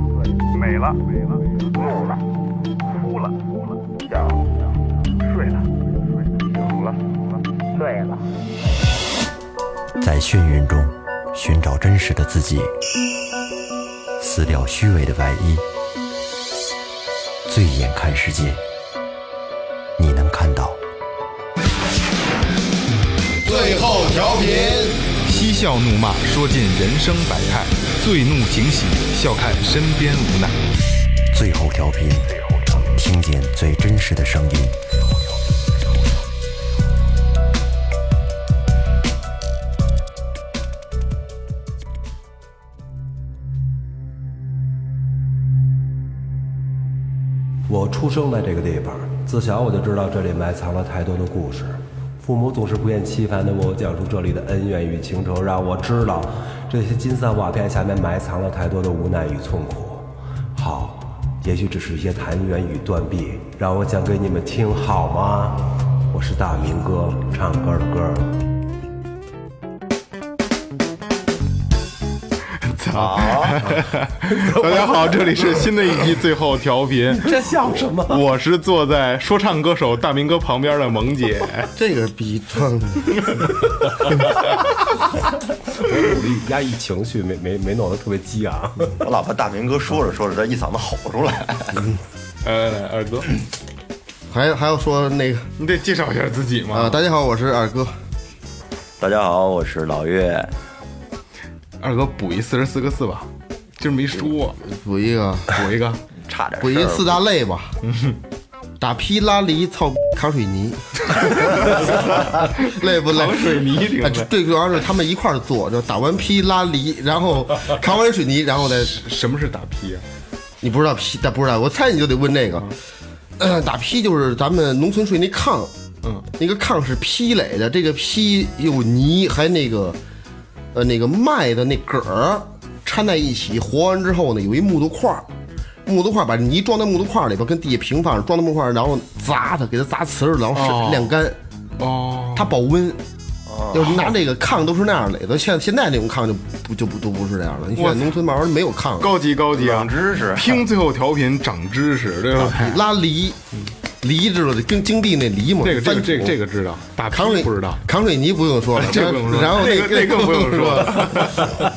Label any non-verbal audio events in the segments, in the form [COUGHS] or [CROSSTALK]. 了，美了，怒了，哭了，哭了，笑了，睡了，睡了，醒了，醉了。在眩晕中寻找真实的自己，撕掉虚伪的外衣，醉眼看世界，你能看到。最后调频，嬉笑怒骂，说尽人生百态；醉怒惊喜，笑看身边无奈。最后调频，听见最真实的声音。我出生在这个地方，自小我就知道这里埋藏了太多的故事。父母总是不厌其烦地为我讲述这里的恩怨与情仇，让我知道这些金色瓦片下面埋藏了太多的无奈与痛苦。好，也许只是一些谈冤与断臂，让我讲给你们听好吗？我是大明哥，唱歌的歌。操！ [LAUGHS] 大家好，这里是新的一期最后调频， [LAUGHS] 这笑什么？我是坐在说唱歌手大明哥旁边的萌姐。这个逼装的，我努力压抑情绪，没没没弄得特别激昂。我老怕大明哥说着说着，他一嗓子吼出来。呃，来二哥，还还要说那个你得介绍一下自己啊，嘛。大家好，我是二哥，大家好，我是老岳。二哥补一四十四个字吧，今儿没 [LAUGHS] 说，补一个，补一个。差点事儿补一个四大类吧，打劈拉犁操扛水泥， [LAUGHS] 累不累？扛水泥挺累哎对，主要是他们一块儿做，就打完劈拉犁，然后扛完水泥，然后再什么是打劈啊？你不知道劈，但不知道，我猜你就得问这个。呃打劈就是咱们农村说那炕，嗯，那个炕是劈垒的，这个劈有泥，还那个，呃，那个麦的那梗儿掺在一起，和完之后呢，有一木头块儿，木头块儿把泥装在木头块儿里边，跟地下平放着，装在木头块儿，然后砸它，给它砸瓷实，然后哦晒晾干，哦，它保温。要是拿这个炕都是那样垒的，像现在那种炕就不就不都不是这样了。你现在农村慢慢没有炕了，高级高级啊！长知识听最后调频长知识，对吧？拉犁，犁知道的，跟京地那犁嘛。这个这个翻土这个这个知道，打扛水劈不知道，，扛水泥不用说了 [LAUGHS] 这不用说，然后那那个那更不用说了。了。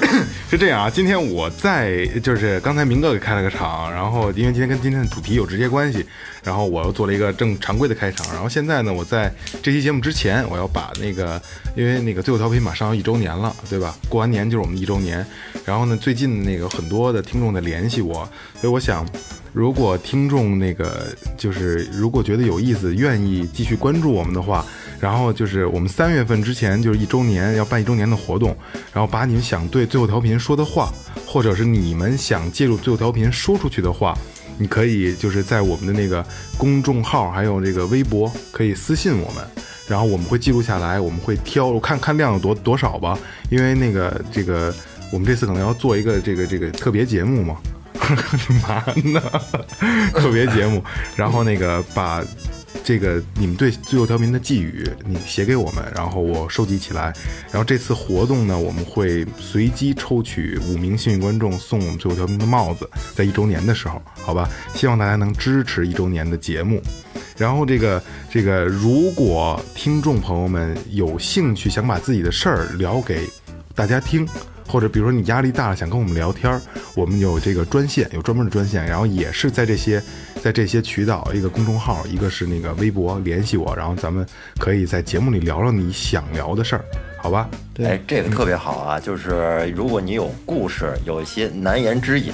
[LAUGHS] 是这样啊，今天我在就是刚才明哥给开了个场，然后因为今天跟今天的主题有直接关系，然后我又做了一个正常规的开场，然后现在呢，我在这期节目之前，我要把那个因为那个最后调频马上要一周年了，对吧？过完年就是我们的一周年，然后呢，最近那个很多的听众在联系我，所以我想。如果听众那个就是如果觉得有意思，愿意继续关注我们的话，然后就是我们三月份之前就是一周年要办一周年的活动，然后把你们想对最后调频说的话，或者是你们想借助最后调频说出去的话，你可以就是在我们的那个公众号还有这个微博可以私信我们。然后我们会记录下来，我们会挑，我看看量有多多少吧，因为那个这个我们这次可能要做一个这个这个特别节目嘛，嘛呢？ [LAUGHS] 特别节目，然后那个把这个你们对最后调频的寄语，你写给我们，然后我收集起来。然后这次活动呢，我们会随机抽取五名幸运观众送我们最后调频的帽子，在一周年的时候，好吧？希望大家能支持一周年的节目。然后这个这个，如果听众朋友们有兴趣想把自己的事儿聊给大家听，或者比如说你压力大了想跟我们聊天儿，我们有这个专线，有专门的专线，然后也是在这些在这些渠道，一个公众号，一个是那个微博联系我，然后咱们可以在节目里聊聊你想聊的事儿，好吧？哎，这个特别好啊！就是如果你有故事，有一些难言之隐，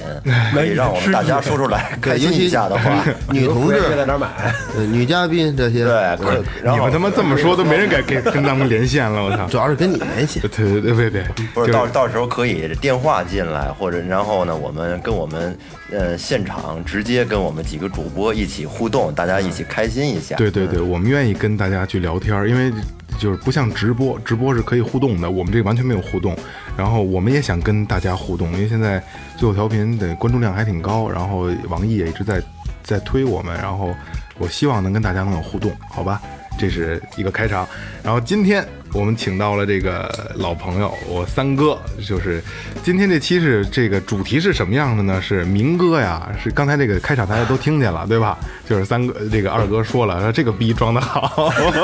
可以让我们大家说出来，开对，心尤一其下的 [LAUGHS] 话，女同志、在哪儿买？ [LAUGHS] 呃女嘉宾这些，对，可以。然你后们他妈这么说都没人敢给跟咱们连线了，我操！主要是跟你联系。对对对对对， [LAUGHS] 不就是到到时候可以电话进来，或者然后呢，我们跟我们呃现场直接跟我们几个主播一起互动，大家一起开心一下。对对对，我们愿意跟大家去聊天儿，因为就是不像直播，直播是可以互动的，我们这个完全没有互动。然后我们也想跟大家互动，因为现在最后调频的关注量还挺高，然后网易也一直在在推我们，然后我希望能跟大家能有互动，好吧？这是一个开场。然后今天我们请到了这个老朋友，我三哥，就是今天这期是这个主题是什么样的呢？是民歌呀，是刚才这个开场大家都听见了，对吧？ [LAUGHS] 就是三哥这个二哥说了，说这个逼装的好， [LAUGHS]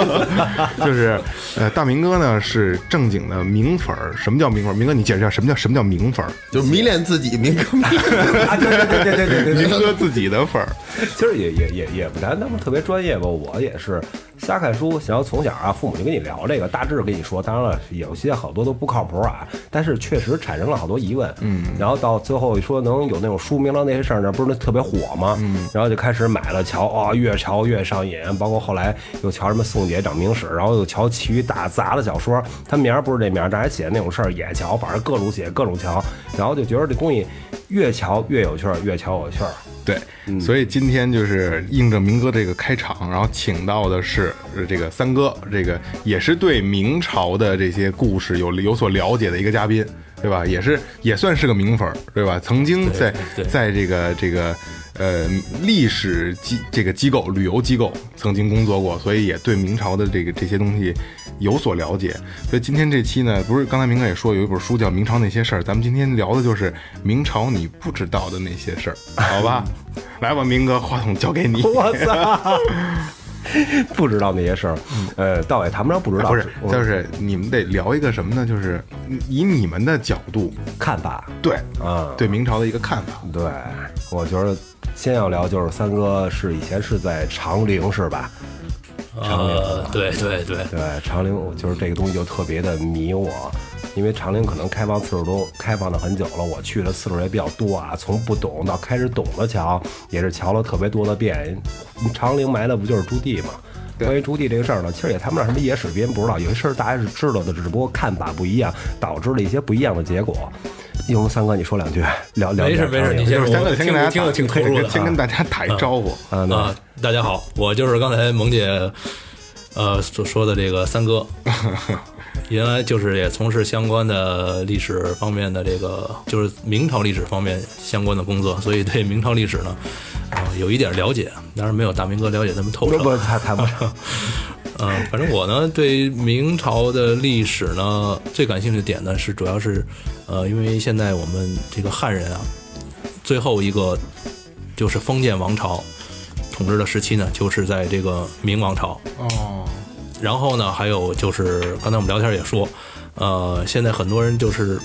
就是呃大明哥呢是正经的明粉儿，什么叫明粉儿？明哥你解释一下什么叫什么叫明粉儿？就迷恋自己，民歌迷啊，对对对对对对对明哥自己的粉儿， [LAUGHS] 其实也也也也不谈那么特别专业吧，我也是瞎看书，然后从小啊，父母就跟你聊这个，大致跟你说，当然了，有些好多都不靠谱啊，但是确实产生了好多疑问，嗯，然后到最后说能有那种书名了那些事儿呢，不是那特别火吗？嗯，然后就开始买了瞧啊、越瞧越上瘾，包括后来又瞧什么宋姐长明史，然后又瞧其余打杂的小说，他名儿不是这名儿，但是写的那种事儿也瞧，反正各种写各种瞧，然后就觉得这东西越瞧越有趣儿，越瞧有趣儿。对，所以今天就是应着明哥这个开场，然后请到的是呃这个三哥，这个也是对明朝的这些故事有有所了解的一个嘉宾，对吧？也是也算是个明粉儿，对吧？曾经在在这个这个呃历史机这个机构旅游机构曾经工作过，所以也对明朝的这个这些东西有所了解。所以今天这期呢，不是刚才明哥也说有一本书叫《明朝那些事儿》，咱们今天聊的就是明朝你不知道的那些事儿，好吧？ [LAUGHS] 来吧，明哥，话筒交给 [LAUGHS] 你。我操！ [LAUGHS] 不知道那些事儿，呃，倒也谈不上不知道，啊不是，我就是你们得聊一个什么呢？就是以你们的角度，看法。对啊对明朝的一个看法。对，我觉得先要聊就是三哥是以前是在长陵是吧？呃，对对对，对，长陵我就是这个东西就特别的迷我，因为长陵可能开放次数都开放了很久了，我去的次数也比较多啊，从不懂到开始懂了瞧，也是瞧了特别多的遍。长陵埋的不就是朱棣吗？关于朱棣这个事儿呢，其实也谈不上什么野史，别人不知道，有些事儿大家是知道的，只不过看法不一样，导致了一些不一样的结果。用三哥你说两句，聊聊没事聊没事，长陵你先就是说，三个我先跟大家听听打得挺投入的先跟大家打一招呼。啊，那啊，大家好，我就是刚才萌姐，呃所说的这个三哥，原来就是也从事相关的历史方面的这个，就是明朝历史方面相关的工作，所以对明朝历史呢，啊、有一点了解，当然没有大明哥了解那么透不不彻。谈谈不上。嗯、反正我呢对明朝的历史呢最感兴趣的点呢是主要是，呃，因为现在我们这个汉人啊，最后一个就是封建王朝统治的时期呢，就是在这个明王朝。哦，然后呢，还有就是刚才我们聊天也说，呃，现在很多人就是，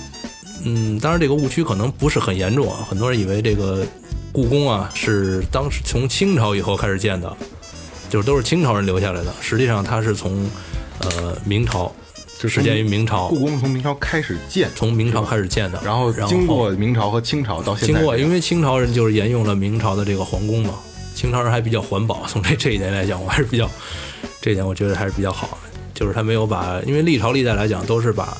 嗯，当然这个误区可能不是很严重啊，很多人以为这个故宫啊是当时从清朝以后开始建的，就是都是清朝人留下来的，实际上它是从呃明朝，就始建于明朝故，宫从明朝开始建，从明朝开始建的，然后然后经过明朝和清朝到现在经这样，过，因为清朝人就是沿用了明朝的这个皇宫嘛，清朝人还比较环保，从这这一点来讲，我还是比较这一点我觉得还是比较好的，就是他没有把，因为历朝历代来讲都是把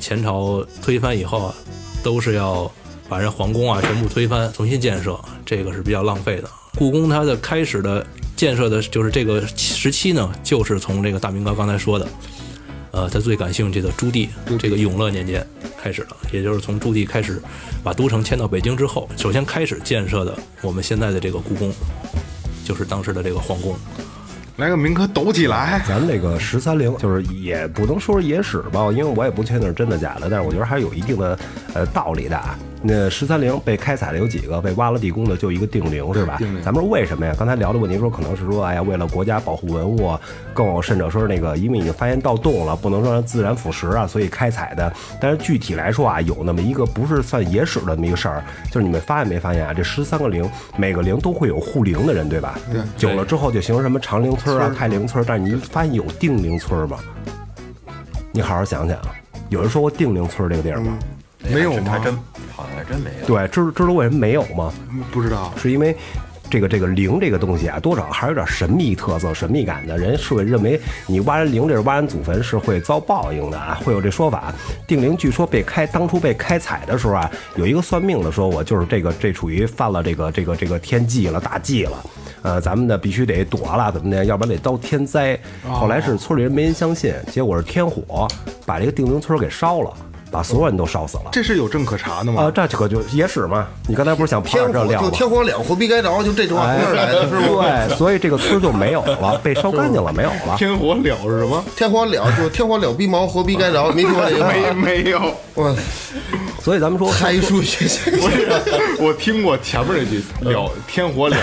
前朝推翻以后啊，都是要把人皇宫啊全部推翻，重新建设，这个是比较浪费的。故宫它的开始的建设的就是这个时期呢，就是从这个大明哥刚才说的。呃，他最感兴趣的朱棣，这个永乐年间开始的，也就是从朱棣开始把都城迁到北京之后，首先开始建设的我们现在的这个故宫，就是当时的这个皇宫。来个民歌抖起来。咱们这个十三陵就是也不能说是野史吧，因为我也不确定是真的假的，但是我觉得还是有一定的呃道理的啊。那十三陵被开采的有几个？被挖了地宫的就一个定陵是吧？咱们说为什么呀？刚才聊的问题说可能是说，哎呀，为了国家保护文物啊，更甚者说是那个，因为已经发现盗洞了，不能说让自然腐蚀啊，所以开采的。但是具体来说啊，有那么一个不是算野史的那么一个事儿，就是你们发现没发现啊？这十三个陵，每个陵都会有护陵的人，对吧？对，久了之后就形成什么长陵村啊、开陵村，但是你发现有定陵村吗？你好好想想，有人说过定陵村这个地儿吗？没有吗还真好像还真没有。对，知知道为什么没有吗？不知道，是因为这个这个陵这个东西啊，多少还是有点神秘特色、神秘感的。人是会认为你挖人陵这是挖人祖坟是会遭报应的啊，会有这说法。定陵据说被开当初被开采的时候啊，有一个算命的说我就是这个这属于犯了这个这个这个天忌了大忌了，呃，咱们呢必须得躲了怎么的，要不然得遭天灾。后来是村里人没人相信，结果是天火把这个定陵村给烧了。把所有人都烧死了。这是有证可查的啊，吗？这可就野史嘛！你刚才不是想 [LAUGHS] 天盼着这火料就吗？天火两回必该着，就这句话哎 [LAUGHS] 从这儿来的，是不？对，所以这个村儿就没有了，被烧干净了，没有了。天火燎是吗？天火燎就天火燎逼毛，何必该着？没听过这句话？没没有，我所以咱们说， [LAUGHS] 开数学家，不是， [LAUGHS] 我听过前面那句“燎天火 [LAUGHS] 燎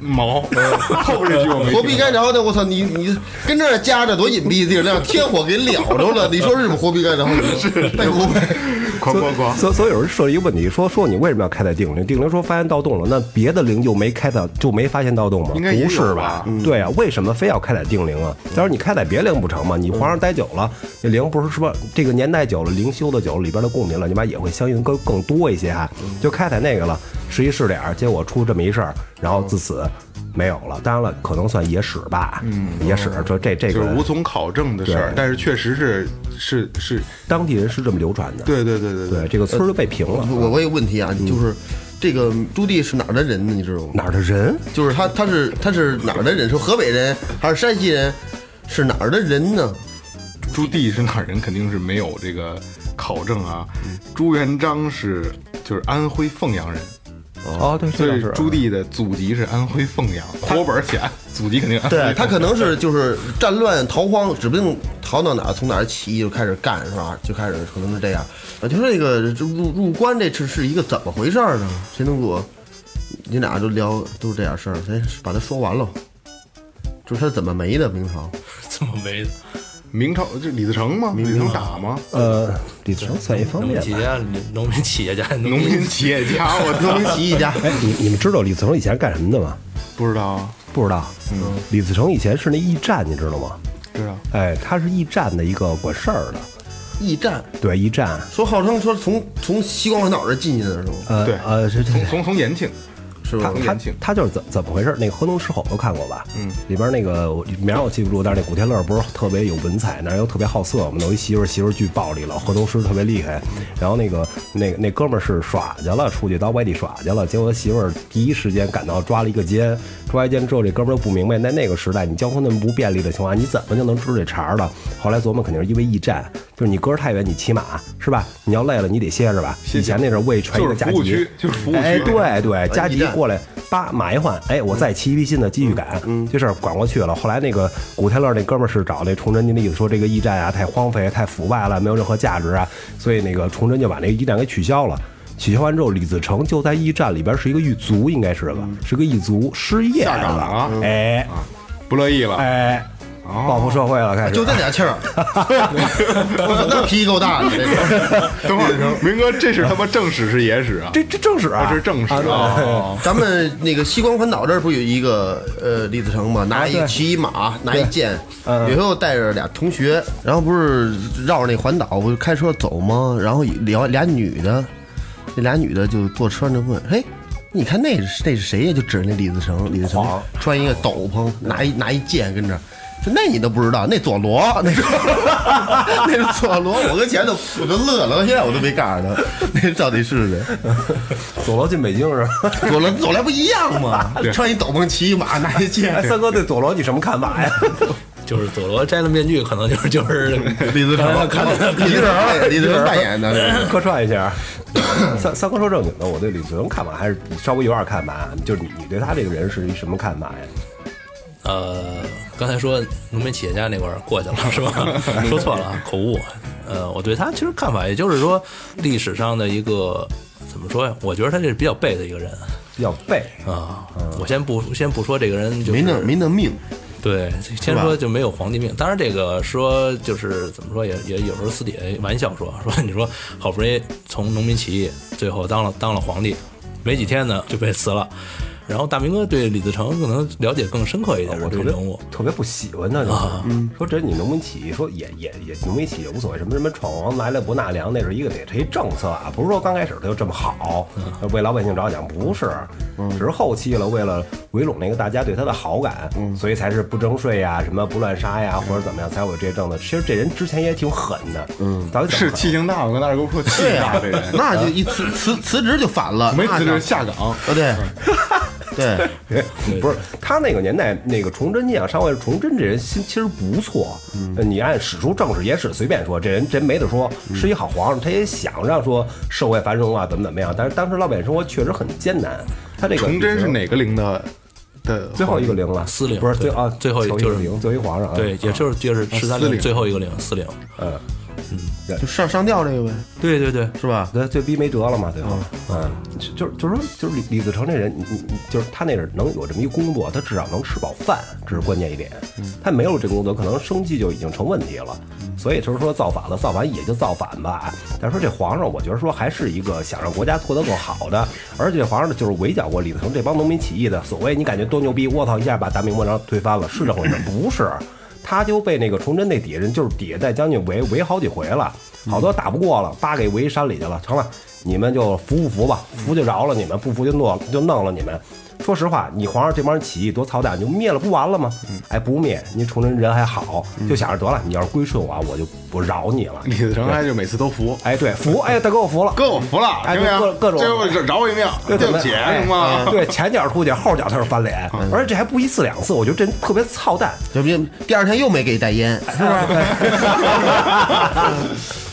毛”，嗯后边这句我 [LAUGHS] 没听过。何 [LAUGHS] 必该着呢？我操，你你跟这儿夹着多隐蔽的地儿，让天火给燎着了。你说日本何必该着？ [LAUGHS] 是太不会。哐哐哐！所所以有人设了一个问题，说说你为什么要开在定陵？定陵说发现盗洞了，那别的陵就没开到，就没发现盗洞吗？应该也有不是吧嗯吧？对啊，为什么非要开在定陵啊？他说你开在别陵不成吗？你皇上待久了，那陵不是说这个年代久了，陵修的久了，里边的贡品乱七八也会相应更更多一些哈，嗯就开采那个了，是一是点儿，结果出这么一事儿，然后自此。没有了，当然了，可能算野史吧，嗯，野史说这这就是个无从考证的事儿对，但是确实是是是，当地人是这么流传的，对对对对对，，这呃个村儿就被平了。我我有问题啊，就是这个朱棣是哪儿的人呢？你知道吗？哪儿的人？就是他，他是他是哪儿的人？是河北人还是山西人？是哪儿的人呢？朱棣是哪儿人肯定是没有这个考证啊。朱元璋是就是安徽凤阳人，哦，对，所这倒以是朱棣的祖籍是安徽凤阳，活本儿写祖籍肯定安徽。 [LAUGHS] [LAUGHS] 对他可能是就是战乱逃荒，指不定逃到哪儿，从哪儿起义就开始干，是吧？就开始可能是这样。我就说这个这入入关这是是一个怎么回事儿呢？谁能给我？你俩就聊都是这点事儿，谁把它说完喽？就是他怎么没的明朝？ [LAUGHS] 这么没的明朝这李自成吗？李自成打吗？呃，李自成算一方农面民企吧。业家，农民企业家，农农民企业家，我 [LAUGHS] 农操，民起义家，哎，你你们知道李自成以前干什么的吗？不知道啊，不知道。嗯，李自成以前是那驿站，你知道吗？知道。哎，他是驿站的一个管事儿的。驿站对，驿站。说号称说从从西关半岛这进去的是吗？呃对呃，是从是从从延庆，是他吧？他延庆他就是怎怎么回事？那个《河东狮吼》都看过吧？嗯，里边那个我名儿我记不住，但是那古天乐不是特别有文采，那人又特别好色嘛，弄一媳妇儿媳妇儿巨暴力了，河东狮特别厉害。然后那个那那哥们儿是耍去了，出去到外地耍去了，结果他媳妇儿第一时间赶到抓了一个奸，抓一奸之后，这哥们儿就不明白，在那个时代你交通那么不便利的情况下，你怎么就能知道这茬儿了？后来琢磨，肯定是因为驿站，就是你隔着太远，你骑马是吧？你要累了，你得歇着吧。歇以歇前那阵儿为传一就个是加服务急区，，就是服务区。哎，对呃对，加驿急站过来，叭码一换，哎，我再骑一批新的，继续赶，嗯这事儿管过去了。后来那个古天乐那哥们儿是找那崇祯您的意思说这个驿站啊太荒废、太腐败了，没有任何价值啊，所以那个崇祯就把那个驿站给取消了。取消完之后，李自成就在驿站里边是一个狱卒，应该是个是个狱卒，失业下岗了嗯了啊，哦啊哎不乐意了。哎，报复社会了，开始就这俩气儿， [LAUGHS] 我操，那脾气够大的。这个等会儿，明哥，这是他妈正史是野史啊？这这正史啊，这是正史啊对啊。咱们那个西关环岛这儿不有一个呃李自成吗？拿一啊对个骑一马，拿一剑，嗯有时候带着俩同学，然后不是绕着那环岛不是开车走吗？然后聊俩女的，那俩女的就坐车上就问，嘿。你看那是那是谁呀？就指着那李自成，李自成黄穿一个斗篷，拿一拿一剑跟这儿，说那你都不知道，那佐罗， [LAUGHS] 那是那是佐罗，我跟前头我都乐了，到现在我都没告诉他那到底是谁。佐罗进北京是吧？ [LAUGHS] 走了走来不一样吗？穿一斗篷，骑一马，拿一哎，剑。三哥对佐罗你什么看法呀？就是佐罗摘了面具，可能就是就是李自成，看到哎李自成，李自成扮演的这个。 [LAUGHS] 客串一下。 [COUGHS] 三三哥说正经的，我对李自成看法还是稍微有点看法。就是你你对他这个人是一什么看法呀？呃，刚才说农民企业家那块儿过去了是吧？ [LAUGHS] 说错了，啊，口误。呃，我对他其实看法，也就是说历史上的一个怎么说呀？我觉得他这是比较背的一个人比较背，啊。我先不先不说这个人、就是，没那没那命，对，先吧说就没有皇帝命。当然，这个说就是怎么说也，也有时候私底下玩笑说说，你说好不容易从农民起义，最后当了当了皇帝，没几天呢就被辞了。然后大明哥对李自成可能了解更深刻一点，我这特个别人物。特别不喜欢他。就是嗯，说这你农民起义，说也也也农民起义也无所谓，什么什么闯王来了不纳粮，那是一个得是一政策啊，不是说刚开始他就这么好，为老百姓着想，不是，只是后期了为了围拢那个大家对他的好感，所以才是不征税呀，什么不乱杀呀，或者怎么样才会有这政策。其实这人之前也挺狠的，嗯，到底怎么是狠气性大，我跟大哥说啊气性大这人，那就一辞辞辞职就反了，没辞那职哪下岗。啊，对，对，对 [LAUGHS] 不是他那个年代那个崇祯，你啊想上外崇祯这人心其实不错，呃你按史书正史野史随便说，这人真没得说，是一好皇上，他也想让说社会繁荣啊，怎么怎么样，但是当时老百姓生活确实很艰难，他这个崇祯是哪个陵的的最后一个零了，司令不是最对啊，最后一头一就个是零，最后一皇上啊，对，也就是就是十三司陵令最后一个陵，司陵。就上上吊这个呗，对对对，是吧？那最逼没辙了嘛，对吧？嗯，就就是就是说，就是李李自成这人，你你你就是他那是能有这么一工作，他至少能吃饱饭，这是关键一点。他没有这工作，可能生计就已经成问题了。所以就是说造反了，造反也就造反吧。但是说这皇上，我觉得说还是一个想让国家做得更好的，而且皇上就是围剿过李自成这帮农民起义的。所谓你感觉多牛逼，我操，一下把大明王朝推翻了，是这回事儿？不是。他就被那个崇祯那底下人，就是底下带将军围围好几回了，好多打不过了，叭给围山里去了。成了，你们就服不服吧？服就饶了你们，不服就弄就弄了你们。说实话，你皇上这帮人起义多操蛋，你就灭了不完了吗？哎，不灭，您崇祯人还好，就想着得了，你要是归顺我啊，我就不饶你了。李自成还就每次都服，哎，对，服，哎，大哥我服了， [LAUGHS] 哥我服了，哎行不各行？各种哎这我饶我一命，对对不起，行吗？对，前脚出去，后脚他是翻脸，而且这还不一次两次，我觉得这人特别操蛋。这不就第二天又没给你带烟，是吧？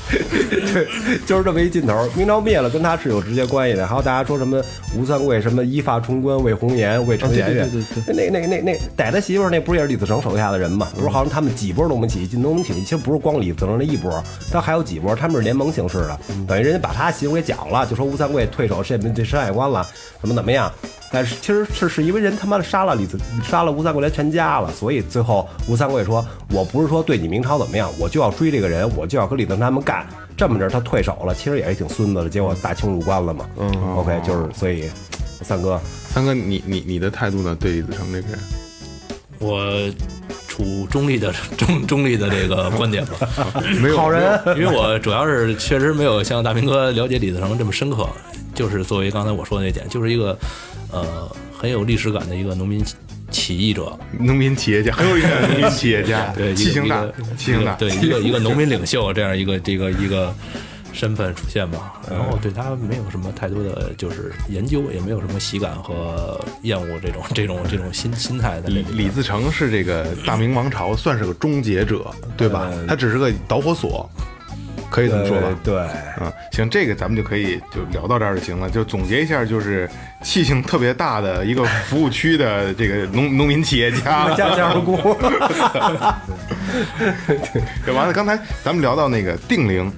对， [LAUGHS] 就是这么一劲头儿。明朝灭了，跟他是有直接关系的。还有大家说什么吴三桂什么一发冲冠为红颜为陈圆圆，那那那那逮他媳妇儿那不是也是李自成手下的人嘛？不是好像他们几波农民起义，进农民起义其实不是光李自成那一波，他还有几波，他们是联盟形式的，等于人家把他媳妇儿给绞了，就说吴三桂退守这这山海关了，怎么怎么样。但是其实是是因为人他妈的杀了李自杀了吴三桂连全家了，所以最后吴三桂说：“我不是说对你明朝怎么样，我就要追这个人，我就要跟李自成他们干。”这么着他退守了，其实也是挺孙子的，结果大清入关了嘛。嗯，OK，就是所以三哥 [LAUGHS] 三哥，你你你的态度呢？对李自成这个人，我处中立的 [LAUGHS] 中中立的这个观点吧。没有好人， [LAUGHS] 因为我主要是确实没有像大明哥了解李自成这么深刻，就是作为刚才我说的那点，就是一个呃很有历史感的一个农民起起义者，农民企业家，很有意思，农民企业家， [LAUGHS] 对，一个气性大一个，气性大，对一个一个农民领袖这样一个这个一个身份出现吧。然嗯后对他没有什么太多的就是研究，也没有什么喜感和厌恶这种这种这种心心态在里李面。李自成是这个大明王朝算是个终结者，对吧？他只是个导火索，可以这么说吧？对，嗯，行，这个咱们就可以就聊到这儿就行了。就总结一下，就是气性特别大的一个服务区的这个农农民企业家。 [LAUGHS] 家家工， [LAUGHS] 对完了，刚才咱们聊到那个定陵，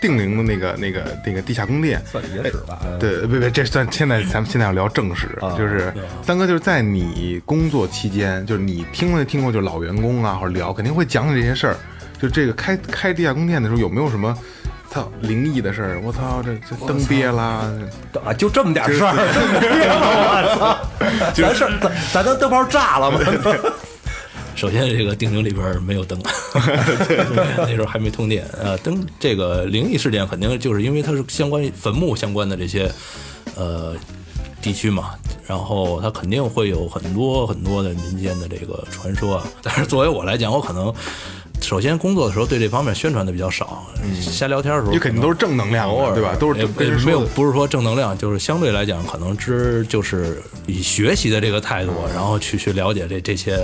定陵的那个那个那个地下宫殿，哎算野史吧。嗯对，不不，这算现在咱们现在要聊正史，就是三哥就是在你工作期间，就是你听没听过，就是老员工啊，或者聊肯定会讲起这些事儿。就这个开开地下宫殿的时候，有没有什么操灵异的事儿？我操，这这灯憋啦， [LAUGHS] 啊，就这么点事儿，我操， [LAUGHS] 咱事儿咱咱能灯泡炸 [LAUGHS] 了吗？首先，这个定陵里边儿没有灯， [LAUGHS] 那时候还没通电。呃，灯这个灵异事件肯定就是因为它是相关于坟墓相关的这些呃地区嘛，然后它肯定会有很多很多的民间的这个传说啊。但是作为我来讲，我可能首先工作的时候对这方面宣传的比较少，瞎聊天的时候嗯你肯定都是正。正能量偶的，尔对吧？都是也跟人也没有说的不是说正能量，就是相对来讲，可能之就是以学习的这个态度，然后去去了解这这些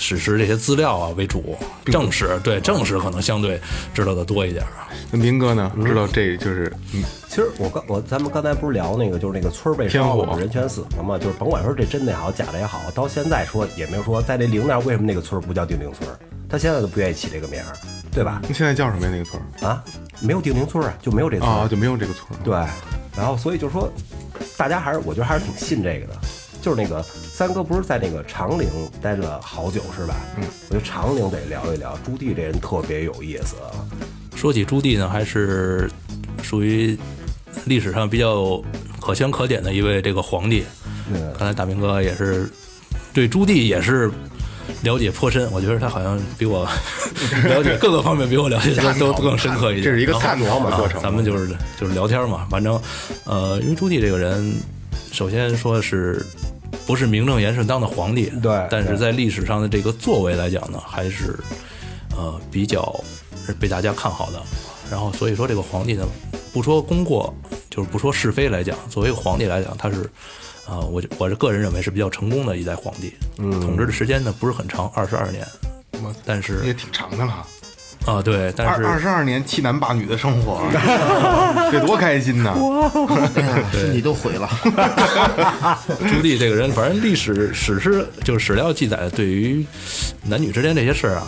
史实、这些资料啊为主。正史对正史可能相对知道的多一点啊。那明哥呢？知道这就是嗯其实我刚我咱们刚才不是聊那个，就是那个村儿被天烧了，火人全死了嘛？就是甭管说这真的也好，假的也好，到现在说也没有说在这陵那儿为什么那个村儿不叫定陵村儿，他现在都不愿意起这个名儿，对吧？那现在叫什么呀？那个村儿啊，没有定陵村儿啊，就没有这村儿啊，就没有这个村儿。对，然后所以就说，大家还是我觉得还是挺信这个的。就是那个三哥不是在那个长陵待了好久是吧？嗯，我觉得长陵得聊一聊。朱棣这人特别有意思啊，说起朱棣呢，还是属于历史上比较可圈可点的一位这个皇帝。刚才大明哥也是对朱棣也是了解颇深，我觉得他好像比我 [LAUGHS] 了解各个方面比我了解的都更深刻一点。这是一个然后探讨的过程啊咱们就是就是聊天嘛，反正呃，因为朱棣这个人，首先说是。不是名正言顺当的皇帝，对但是对在历史上的这个作为来讲呢，还是呃比较是被大家看好的。然后所以说这个皇帝呢，不说功过，就是不说是非来讲，作为一个皇帝来讲，他是啊、我就我这个人认为是比较成功的一代皇帝，嗯统治的时间呢不是很长，二十二年，我但是嗯也挺长的了。啊，对，但二是二十二年七男八女的生 [LAUGHS] 活，得多开心呐！哎身体都毁了。朱棣这个人，反正历史史诗就是史料记载的，对于男女之间这些事儿啊，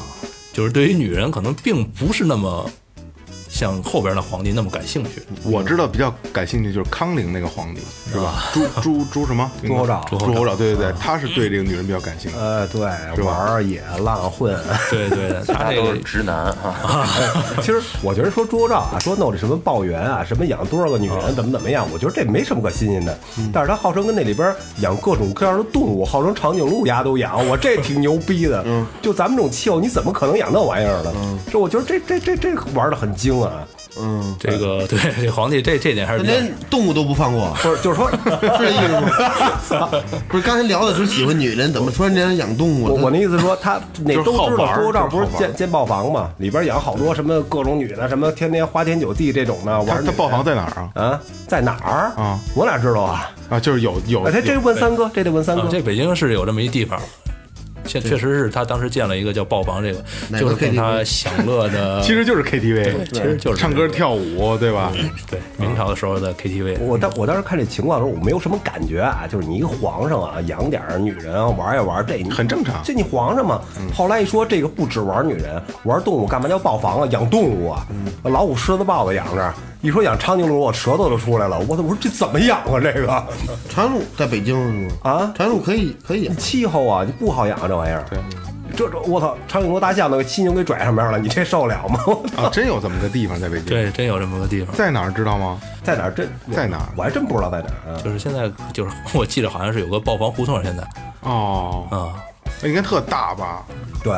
就是对于女人可能并不是那么像后边的皇帝那么感兴趣。我知道比较感兴趣就是康陵那个皇帝，是吧？啊朱朱朱什 [LAUGHS] 么？朱厚照朱厚照，对对嗯对，他是对这个女人比较感兴趣。呃，对，玩儿也浪混。对对，他大家这都个是直男啊， [LAUGHS] 其实我觉得说朱厚照啊，说弄这什么抱怨啊，什么养多少个女啊人，怎么怎么样，我觉得这没什么可新鲜的。嗯但是他号称跟那里边养各种各样的动物，号称长颈鹿鸭都养，我这挺牛逼的。嗯就咱们这种气候，你怎么可能养那玩意儿呢？这我觉得这这这这玩的很精啊。这个对这皇帝这这点还是比较连动物都不放过，不是，就是 [LAUGHS] 说，是这意 [LAUGHS] 思吗？不是，刚才聊的时候喜欢女人，怎么突然间养动物我了？我那意思说， [LAUGHS] 他哪就是都好知玩道，儿朱厚照不是就是好玩儿建建豹房嘛，里边养好多什么各种女的，什么天天花天酒地这种的玩他儿女他的。豹房在哪儿啊？啊，在哪儿啊？我哪知道啊？啊，就是有有哎，，他这有问三哥，这得问三啊哥。，这北京是有这么一地方。现确实是他当时建了一个叫豹房，这个哪个就是供 KTV 他享乐的，其实就是 KTV，嗯其实就是唱歌跳舞，对吧？对明朝的时候的 KTV。我当我当时看这情况的时候，我没有什么感觉啊，就是你一个皇上啊，养点儿女人啊，玩一玩，这你很正常这你皇上嘛。后来一说这个不止玩女人，玩动物干嘛叫豹房啊？养动物啊，老虎、狮子、豹子养着。一说养长颈鹿，我舌头都出来了。我我说这怎么养啊？这个长颈鹿在北京是吗？啊长颈鹿可以可以养，气候啊，就不好养啊，这玩意儿。对这这我操，长颈鹿、大象都给犀牛给拽上面了，你这受得了吗？ [LAUGHS] 啊，真有这么个地方在北京，对，真有这么个地方。在哪儿知道吗？在哪儿？这在哪儿我还真不知道在哪儿啊。就是现在，就是我记得好像是有个豹房胡同，现在哦，啊，那应该特大吧？对，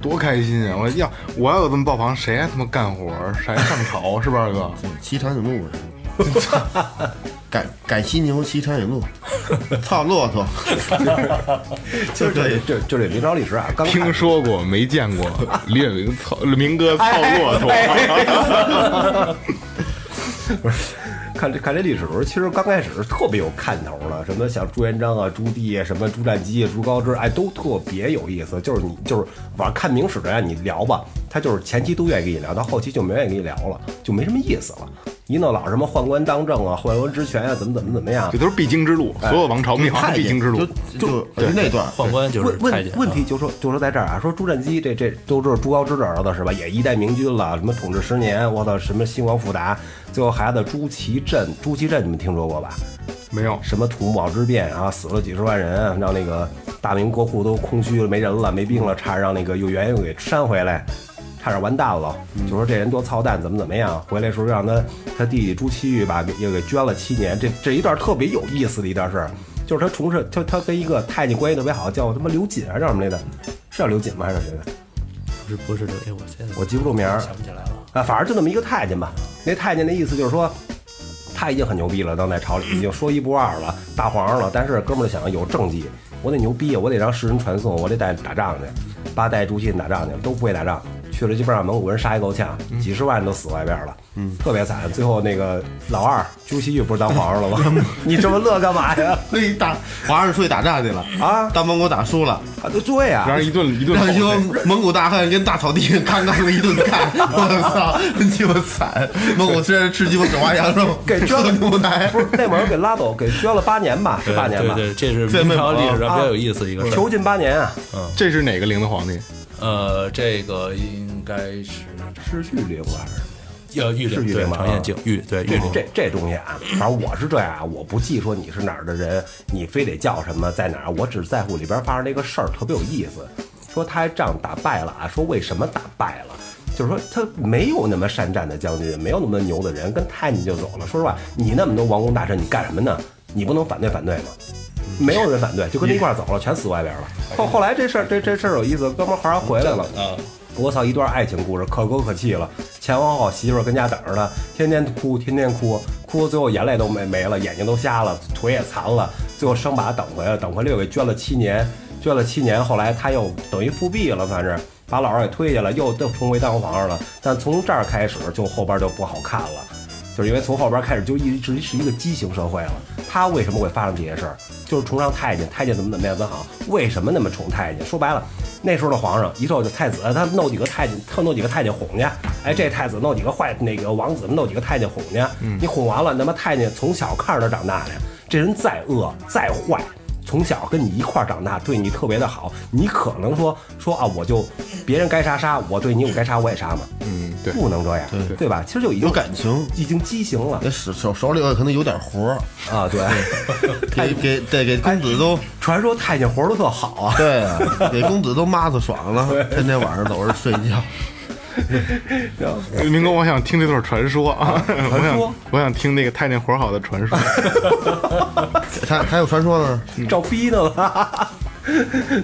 多开心啊！我要我要有这么豹房，谁还他妈干活儿？谁还上朝是吧，二哥？骑长颈鹿是吗？ [LAUGHS] 赶赶犀牛，骑长颈鹿，操骆 [LAUGHS] 驼，就是这这就是这明朝历史啊，刚开始听说过没见 [LAUGHS] 过？李远明操明哥操骆驼，看这看这历史的时候，其实刚开始是特别有看头的，什么像朱元璋啊、朱棣啊、什么朱瞻基啊、朱高炽，哎，都特别有意思。就是你就是晚上看明史的啊呀，你聊吧，他就是前期都愿意跟你聊，到后期就没愿意跟你聊了，就没什么意思了。一弄老什么宦官当政啊、宦官职权啊，怎么怎么怎么样这，都是必经之路，所有王朝灭亡太必经之监路就。就就那段，宦官就是问太问监。啊问题就说就说在这儿啊，说朱瞻基这这都知道朱高炽的儿子是吧？也一代明君了，什么统治十年，我操，什么兴亡复达，最后孩子朱祁镇，朱祁镇你们听说过吧？没有，什么土木堡之变啊，死了几十万人，让那个大明国库都空虚了，没人了，没兵了，差点让那个又元又给扇回来，差点完蛋了。嗯就说这人多操蛋，怎么怎么样，回来时候让他他弟弟朱祁钰吧，给又给捐了七年。这这一段特别有意思的一段事儿，就是他从事他他跟一个太监关系特别好，叫他妈刘瑾还是叫什么来着？是叫刘瑾吗？还是叫谁的？不是不是这个，哎，我现在我记不住名儿。想不起来了。啊，反正就那么一个太监吧。那太监的意思就是说，他已经很牛逼了，当在朝里已经说一不二了，大皇上了。但是哥们儿就想有政绩，我得牛逼，啊我得让世人传颂，我得带打仗去，八代朱祁打仗去了，都不会打仗，去了基本上蒙古人杀一够呛，几十万都死外边了，嗯，特别惨。最后那个老二朱祁钰不是当皇上了吗？ [LAUGHS] 你这么乐干嘛呀？那一打皇上出去打仗去了啊大蒙古打输了，啊，就对呀、让人一顿一顿让吼一呗。帮蒙古大汉跟大草地 [LAUGHS] 上刚刚的一顿 [LAUGHS] 干，我操，真鸡巴惨！蒙古虽然吃鸡巴手挖羊肉，给捐了牛奶不，是那会儿给拉走，给捐了八年吧，是对八年吧？对对，这是明朝历史上比较有意思的一个事儿。囚禁八年啊，这是哪个陵的皇帝？呃，这个应该是失去掠过还是？要玉是玉陵对陵吧常彦景玉对玉陵这这东西啊，反正我是这样啊，我不记说你是哪儿的人，你非得叫什么，在哪儿，我只在乎里边发生这个事儿特别有意思。说他还仗打败了啊，说为什么打败了？就是说他没有那么善战的将军，没有那么牛的人，跟太监就走了。说实话，你那么多王公大臣，你干什么呢？你不能反对反对吗？没有人反对，就跟他一块儿走了，全死外边了。后后来这事儿，这这事儿有意思，哥们儿后来回来了。我操，一段爱情故事，可歌可泣了。前皇后媳妇儿跟家等着他，天天哭，天天哭，哭到最后眼泪都没没了，眼睛都瞎了，腿也残了，最后生把他等回来，等回来又给捐了七年，捐了七年，后来他又等于复辟了，反正把老二给推下了，又又重回当皇上了。但从这儿开始，就后边就不好看了。就是因为从后边开始就一直是一个畸形社会了。他为什么会发生这些事儿？就是崇尚太监，太监怎么怎么样怎么好？为什么那么崇太监？说白了，那时候的皇上一受就太子，他弄几个太监，他弄几个太监哄去，哎，这太子弄几个坏那个王子弄几个太监哄去，你哄完了，那么太监从小看着他长大的，这人再恶再坏。从小跟你一块儿长大，对你特别的好，你可能说说啊，我就别人该杀杀，我对你我该杀我也杀嘛，嗯，对，不能这样，对吧？其实就已经有感情，已经畸形了那手手手里头可能有点活 [LAUGHS] 儿，啊！对，给给对给公子都传说太监活儿都特好 [LAUGHS] 啊，对啊， [LAUGHS] 给公子都妈子爽了，天天晚上走着睡觉。明哥，我想听这段传说 [LAUGHS] 啊，我传说想我想听那个太监活好的传 [LAUGHS] 说。还还有传说呢，照逼呢吧？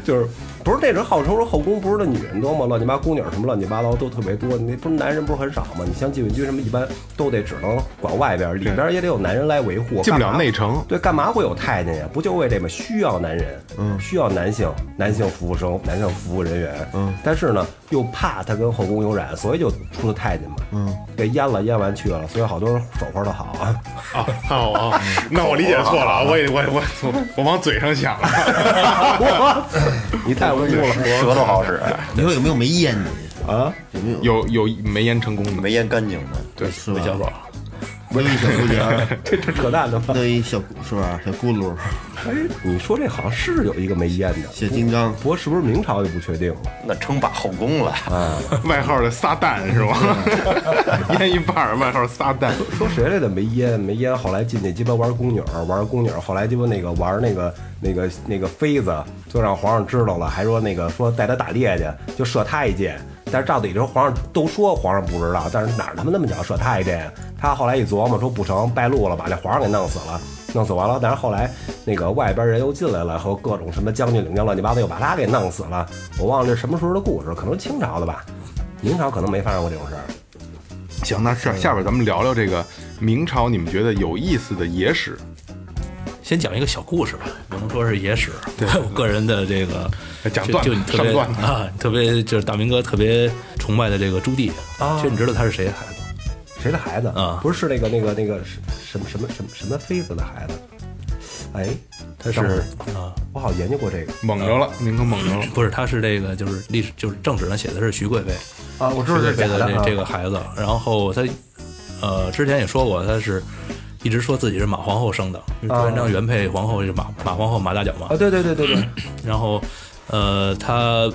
就是不是那人号称说后宫不是那女人多吗？乱七八姑娘什么乱七八糟都特别多，你不是男人不是很少吗？你像禁卫军什么一般都得只能管外边，里边也得有男人来维护，进不了干嘛内城对，干嘛会有太监呀？不就为这么需要男人，嗯，需要男性，男性服务生，男性服务人员，嗯，但是呢，又怕他跟后宫有染，所以就出的太监嘛，嗯，给阉了，阉完去了，所以好多人手活儿特好啊。 [LAUGHS] [LAUGHS] 啊好啊，那我理解错了 [LAUGHS] 啊，我也我也我我我往嘴上想了。你太无辜了，舌头好使，你说有没有没烟你？ [LAUGHS] 有有没腌成功的，没腌干净的。对，是吧？小狗，有一小姑 [LAUGHS] 娘，这这扯淡的吧？有一小姑是吧？小咕噜，你说这好像是有一个没烟的，小金刚，不过是不是明朝就不确定了。那称霸后宫了，外号的撒旦是 [LAUGHS] 吗？腌一半儿，外号撒旦。说谁来的没烟？没烟，后来进去鸡巴玩宫女儿，玩宫女儿，后来鸡巴那个玩那个那个那个妃子，就让皇上知道了，还说那个说带他打猎去，就射他一箭。但是照理说，皇上都说皇上不知道，但是哪儿他妈那么巧射他一箭呀？他后来一琢磨，说不成，败露了，把这皇上给弄死了。弄死完了，但是后来那个外边人又进来了，和各种什么将军领将乱七八糟，又把他给弄死了。我忘了这什么时候的故事，可能是清朝的吧，明朝可能没发生过这种事儿。行，那下下边咱们聊聊这个明朝，你们觉得有意思的野史。先讲一个小故事吧，不能说是野史，我个人的这个讲就段子就你特别上段子啊，特别就是大明哥特别崇拜的这个朱棣啊其实你知道他是谁的孩子吗？谁的孩子啊不是是那个那个那个什什么什么什么什么妃子的孩子？哎，他等会是儿啊，我好像研究过这个蒙着了，嗯明哥蒙着了。不是，他是这个就是历史就是正史上写的是徐贵妃，啊，我知道徐这贵是假妃的的这啊这个孩子，然后他呃之前也说过，他是一直说自己是马皇后生的，因为朱啊元璋原配皇后是马马皇后马大脚嘛啊，，对对对对 [CLEARS THROAT] 对，然后呃，他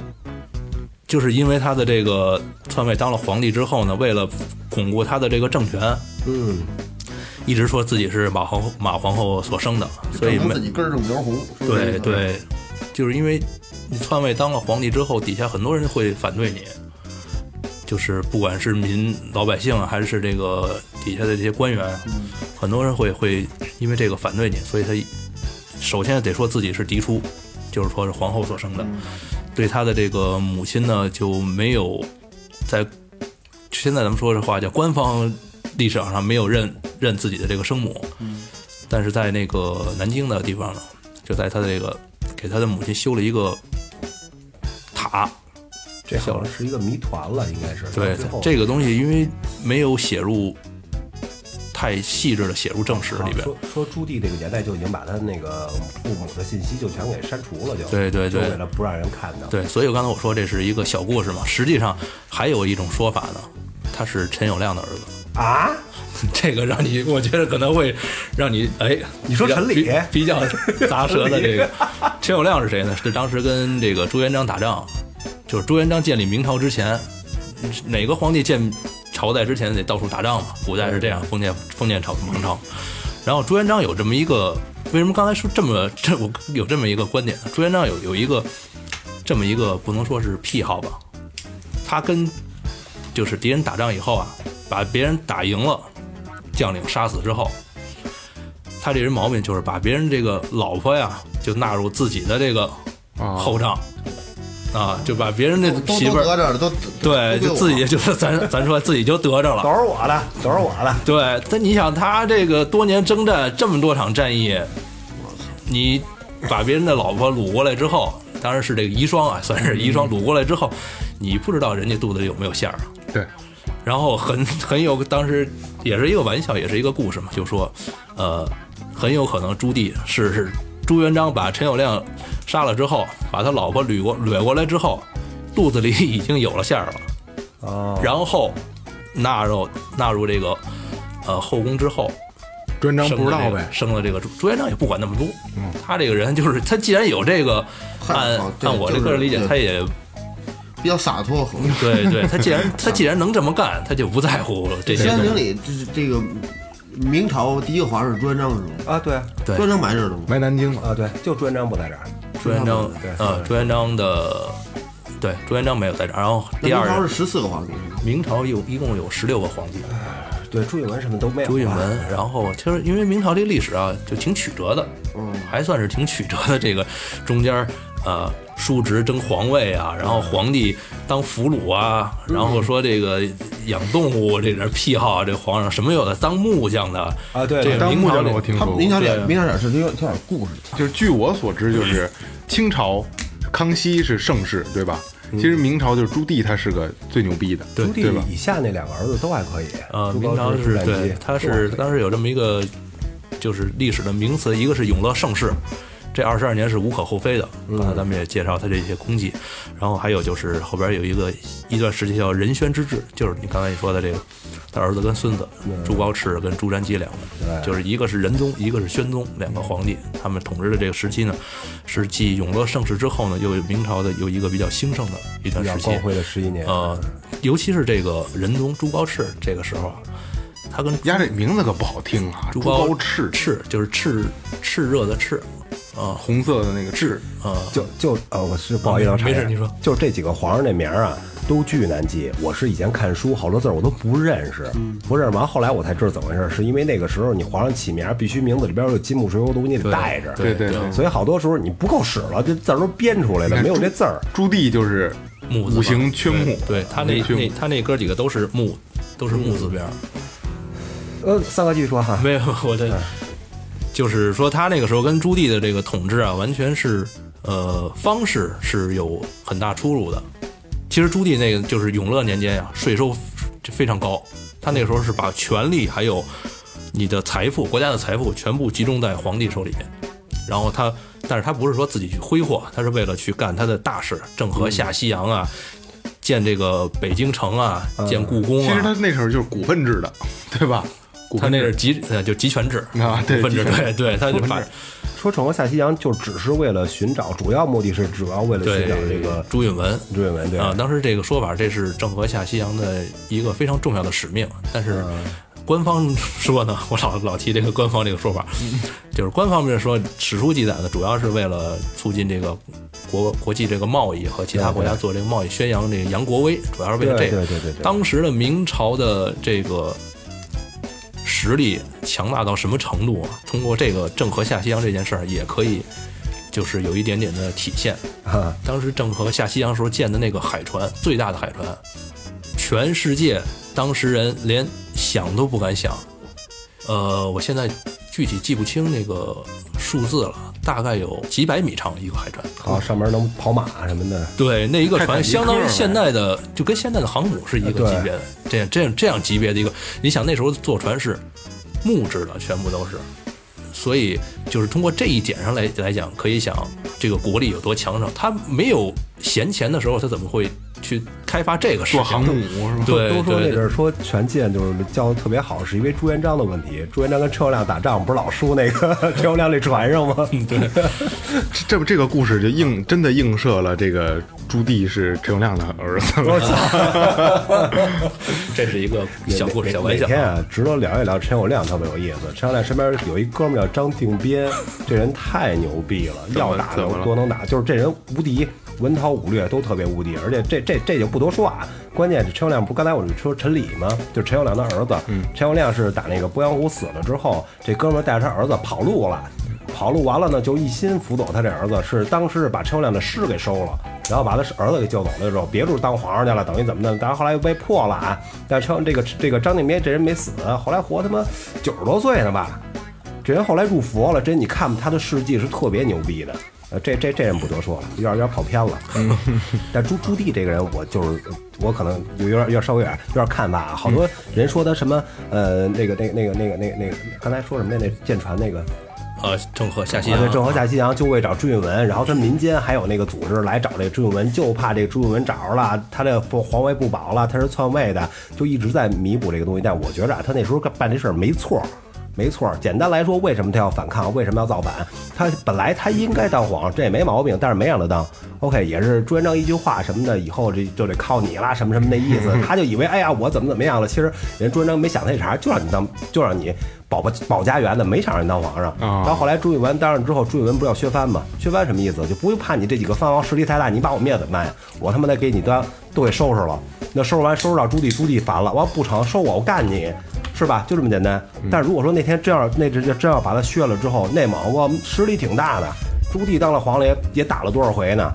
就是因为他的这个篡位当了皇帝之后呢，为了巩固他的这个政权，嗯，一直说自己是马皇后马皇后所生的，所以证明没自己根正苗红，是不对是对，就是因为你篡位当了皇帝之后，底下很多人会反对你，就是不管是民老百姓啊还是这个底下的这些官员啊，很多人会会因为这个反对你，所以他首先得说自己是嫡出，就是说是皇后所生的，对他的这个母亲呢就没有在现在咱们说这话叫官方历史上没有认认自己的这个生母，但是在那个南京的地方呢，就在他的这个给他的母亲修了一个塔。这好像是一个谜团了，应该是对最后，这个东西因为没有写入太细致的写入正史啊里边说，说朱棣这个年代就已经把他那个父母的信息就全给删除了，就对对就对为了不让人看到，对，所以我刚才我说这是一个小故事嘛，实际上还有一种说法呢，他是陈友谅的儿子。啊， [LAUGHS] 这个让你，我觉得可能会让你哎，你说比较陈理比比较砸舌的 [LAUGHS] 这个陈友谅是谁呢？是当时跟这个朱元璋打仗，就是朱元璋建立明朝之前，哪个皇帝建朝代之前得到处打仗嘛？古代是这样，封建封建朝王朝。然后朱元璋有这么一个，为什么刚才说这么这我有这么一个观点？朱元璋有有一个这么一个不能说是癖好吧，他跟就是敌人打仗以后啊，把别人打赢了，将领杀死之后，他这人毛病就是把别人这个老婆呀，就纳入自己的这个后帐。啊，就把别人的都媳妇都儿得着了，都对，就自己就是咱咱说自己就得着都了。是我的，都是我的，对，但你想他这个多年征战这么多场战役，你把别人的老婆掳过来之后，当然是这个遗孀啊，算是遗孀掳过来之后，你不知道人家肚子里有没有馅儿啊。对， [LAUGHS] 然后很很有当时也是一个玩笑，也是一个故事嘛，就说，呃，很有可能朱棣是是朱元璋把陈友谅杀了之后，把他老婆捋过掠过来之后，肚子里已经有了馅儿了。哦，然后纳入纳入这个呃后宫之后，专章生不知的道这个呗。生了这个朱朱元璋也不管那么多，他这个人就是他既然有这个，太按好对按我这个人理就解，是他也比较洒脱和。对对，他既然他既然能这么干，他就不在乎这西些安东经西。理这是这个明朝第一个皇上是朱元璋是吗？啊对啊对朱元璋埋这儿的吗？来南京了，啊对，就朱元璋不在这儿，朱元璋对呃朱元璋的对朱元璋没有在这儿，然后那第明二朝任是十四个皇帝是吗？明朝有一共有十六个皇帝，对朱允炆什么都没有啊，朱允炆，然后其实因为明朝这历史啊，就挺曲折的，嗯，还算是挺曲折的。这个中间儿呃，叔侄争皇位啊，然后皇帝当俘虏啊，然后说这个养动物这点癖好，这皇上什么有的，当木匠的啊对这个当明木朝匠的这我听他说过。明朝对点明朝点是他有他有点故事的，就是据我所知，就是清朝康熙是盛世，对吧？嗯其实明朝就是朱棣，他是个最牛逼的，朱对吧棣？以下那两个儿子都还可以，呃，朱明朝高是湛对姬，它是当时有这么一个就是历史的名词，一个是永乐盛世，这二十二年是无可厚非的。嗯刚才咱们也介绍它这些功绩，然后还有就是后边有一个一段时期叫仁宣之治，就是你刚才你说的这个，他儿子跟孙子嗯朱高炽跟朱瞻基两个，就是一个是仁宗，一个是宣宗，两个皇帝，他们统治的这个时期呢，是继永乐盛世之后呢，又有明朝的有一个比较兴盛的一段比较时期，光辉的十一年，啊呃，尤其是这个仁宗朱高炽这个时候啊，他跟丫这名字可不好听啊，朱高高炽，炽就是炽炽热的炽啊红色的那个炽，啊，就就呃，我是不好意思，没我插一下没事你说就是这几个皇上这名儿啊，都巨难记。我是以前看书，好多字儿我都不认识，不认识完，后来我才知道怎么回事儿，是因为那个时候你皇上起名儿必须名字里边儿有金木水火土，你得带着。对对对嗯对。所以好多时候你不够使了，这字儿都编出来的，你看没有这字儿。朱棣就是木字五旁行缺木，对他五那行缺木那他那哥几个都是木，都是木字边儿，呃，三哥继续说哈， [LAUGHS] 没有我这就是说他那个时候跟朱棣的这个统治啊，完全是呃方式是有很大出入的。其实朱棣那个就是永乐年间呀、税收就非常高，他那个时候是把权力还有你的财富、国家的财富全部集中在皇帝手里面。然后他，但是他不是说自己去挥霍，他是为了去干他的大事，郑和下西洋啊，建这个北京城啊，建故宫其啊。实他那时候就是股份制的，对吧？股他份那制是集呃就集权制啊对股份制集权对对，他股就份把制 [LAUGHS] 说郑和下西洋就只是为了寻找，主要目的是主要为了对寻找这个朱允炆朱允炆，对啊，当时这个说法，这是郑和下西洋的一个非常重要的使命。但是嗯官方说呢，我老老提这个官方这个说法，嗯 [LAUGHS] 就是官方面说，史书记载呢，主要是为了促进这个国国际这个贸易和其他国家做这个贸易，宣扬这个扬国威，主要是为了这对个对。对对对。当时的明朝的这个实力强大到什么程度啊？通过这个郑和下西洋这件事儿，也可以就是有一点点的体现。啊，当时郑和下西洋时候建的那个海船，最大的海船，全世界当时人连想都不敢想。呃，我现在具体记不清那个数字了，大概有几百米长一个海船。好，上面能跑马什么的，对，那一个泰坦尼船克相当于呗现 [LAUGHS] 在的，就跟现在的航母是一个级别的，这样这样这样级别的一个。你想那时候坐船是木质的，全部都是，所以就是通过这一点上来来讲，可以想这个国力有多强盛。他没有闲钱的时候，他怎么会去开发这个事做情？航母是吧？对都说那呃对阵对儿说全建就是教的特别好，是因为朱元璋的问题。朱元璋跟陈友谅打仗，不是老输那个 [LAUGHS] 陈友谅那船上 [LAUGHS] 吗？这这不这个故事就映真的映射了这个朱棣是陈友谅的儿子了。这是一个小 [LAUGHS] 故事、哪小玩笑哪。天啊，值得聊一聊陈友谅，特别有意思。陈友谅身边有一哥们儿叫张定边，这人太牛逼了，怎么要打怎么能了多能打，就是这人无敌，文韬武略都特别无敌。而且这这这就不多说啊，关键是陈友谅不是刚才我就说陈李吗？就是陈友谅的儿子，嗯陈友谅是打那个鄱阳湖死了之后，这哥们儿带着他儿子跑路了。跑路完了呢，就一心辅佐他这儿子，是当时是把陈友谅的尸给收了，然后把他儿子给救走了之后，别处当皇上去了，等于怎么的？但是后来又被破了啊。但是陈这个这个张定边这人没死，后来活他妈九十多岁呢吧？这人后来入佛了，真你看他的事迹是特别牛逼的。呃，这这这人不多说了，有点有点跑偏了。但朱朱棣这个人，我就是我可能有有点有点稍微有点有点看法啊。好多人说他什么呃那个那个那个那个那个那个，刚才说什么那那舰船那个呃，郑和下西 [LAUGHS] 啊，[LAUGHS] 洋，对，郑和下西洋就会找朱允文，然后他民间还有那个组织来找这个朱允文，就怕这个朱允文找着了，他这皇皇位不保了，他是篡位的，就一直在弥补这个东西。但我觉着啊，他那时候干办这事儿没错儿。没错儿，简单来说，为什么他要反抗？为什么要造反？他本来他应该当皇上，这也没毛病，但是没让他当。OK，也是朱元璋一句话什么的，以后这就得靠你啦，什么什么那意思。他就以为哎呀，我怎么怎么样了？其实人朱元璋没想那茬，就让你当，就让你保保保家园的，没想让你当皇上。啊然后后来朱允炆当上之后，朱允炆不是要削藩吗？削藩什么意思？就不会怕你这几个藩王势力太大，你把我灭了怎么办呀？我他妈得给你当都给收拾了。那收拾完，收拾到朱棣，朱棣烦了，完不成，收我，我干你，是吧？就这么简单。嗯但如果说那天真要那这这真要把他削了之后，内蒙我实力挺大的，朱棣当了皇上也也打了多少回呢？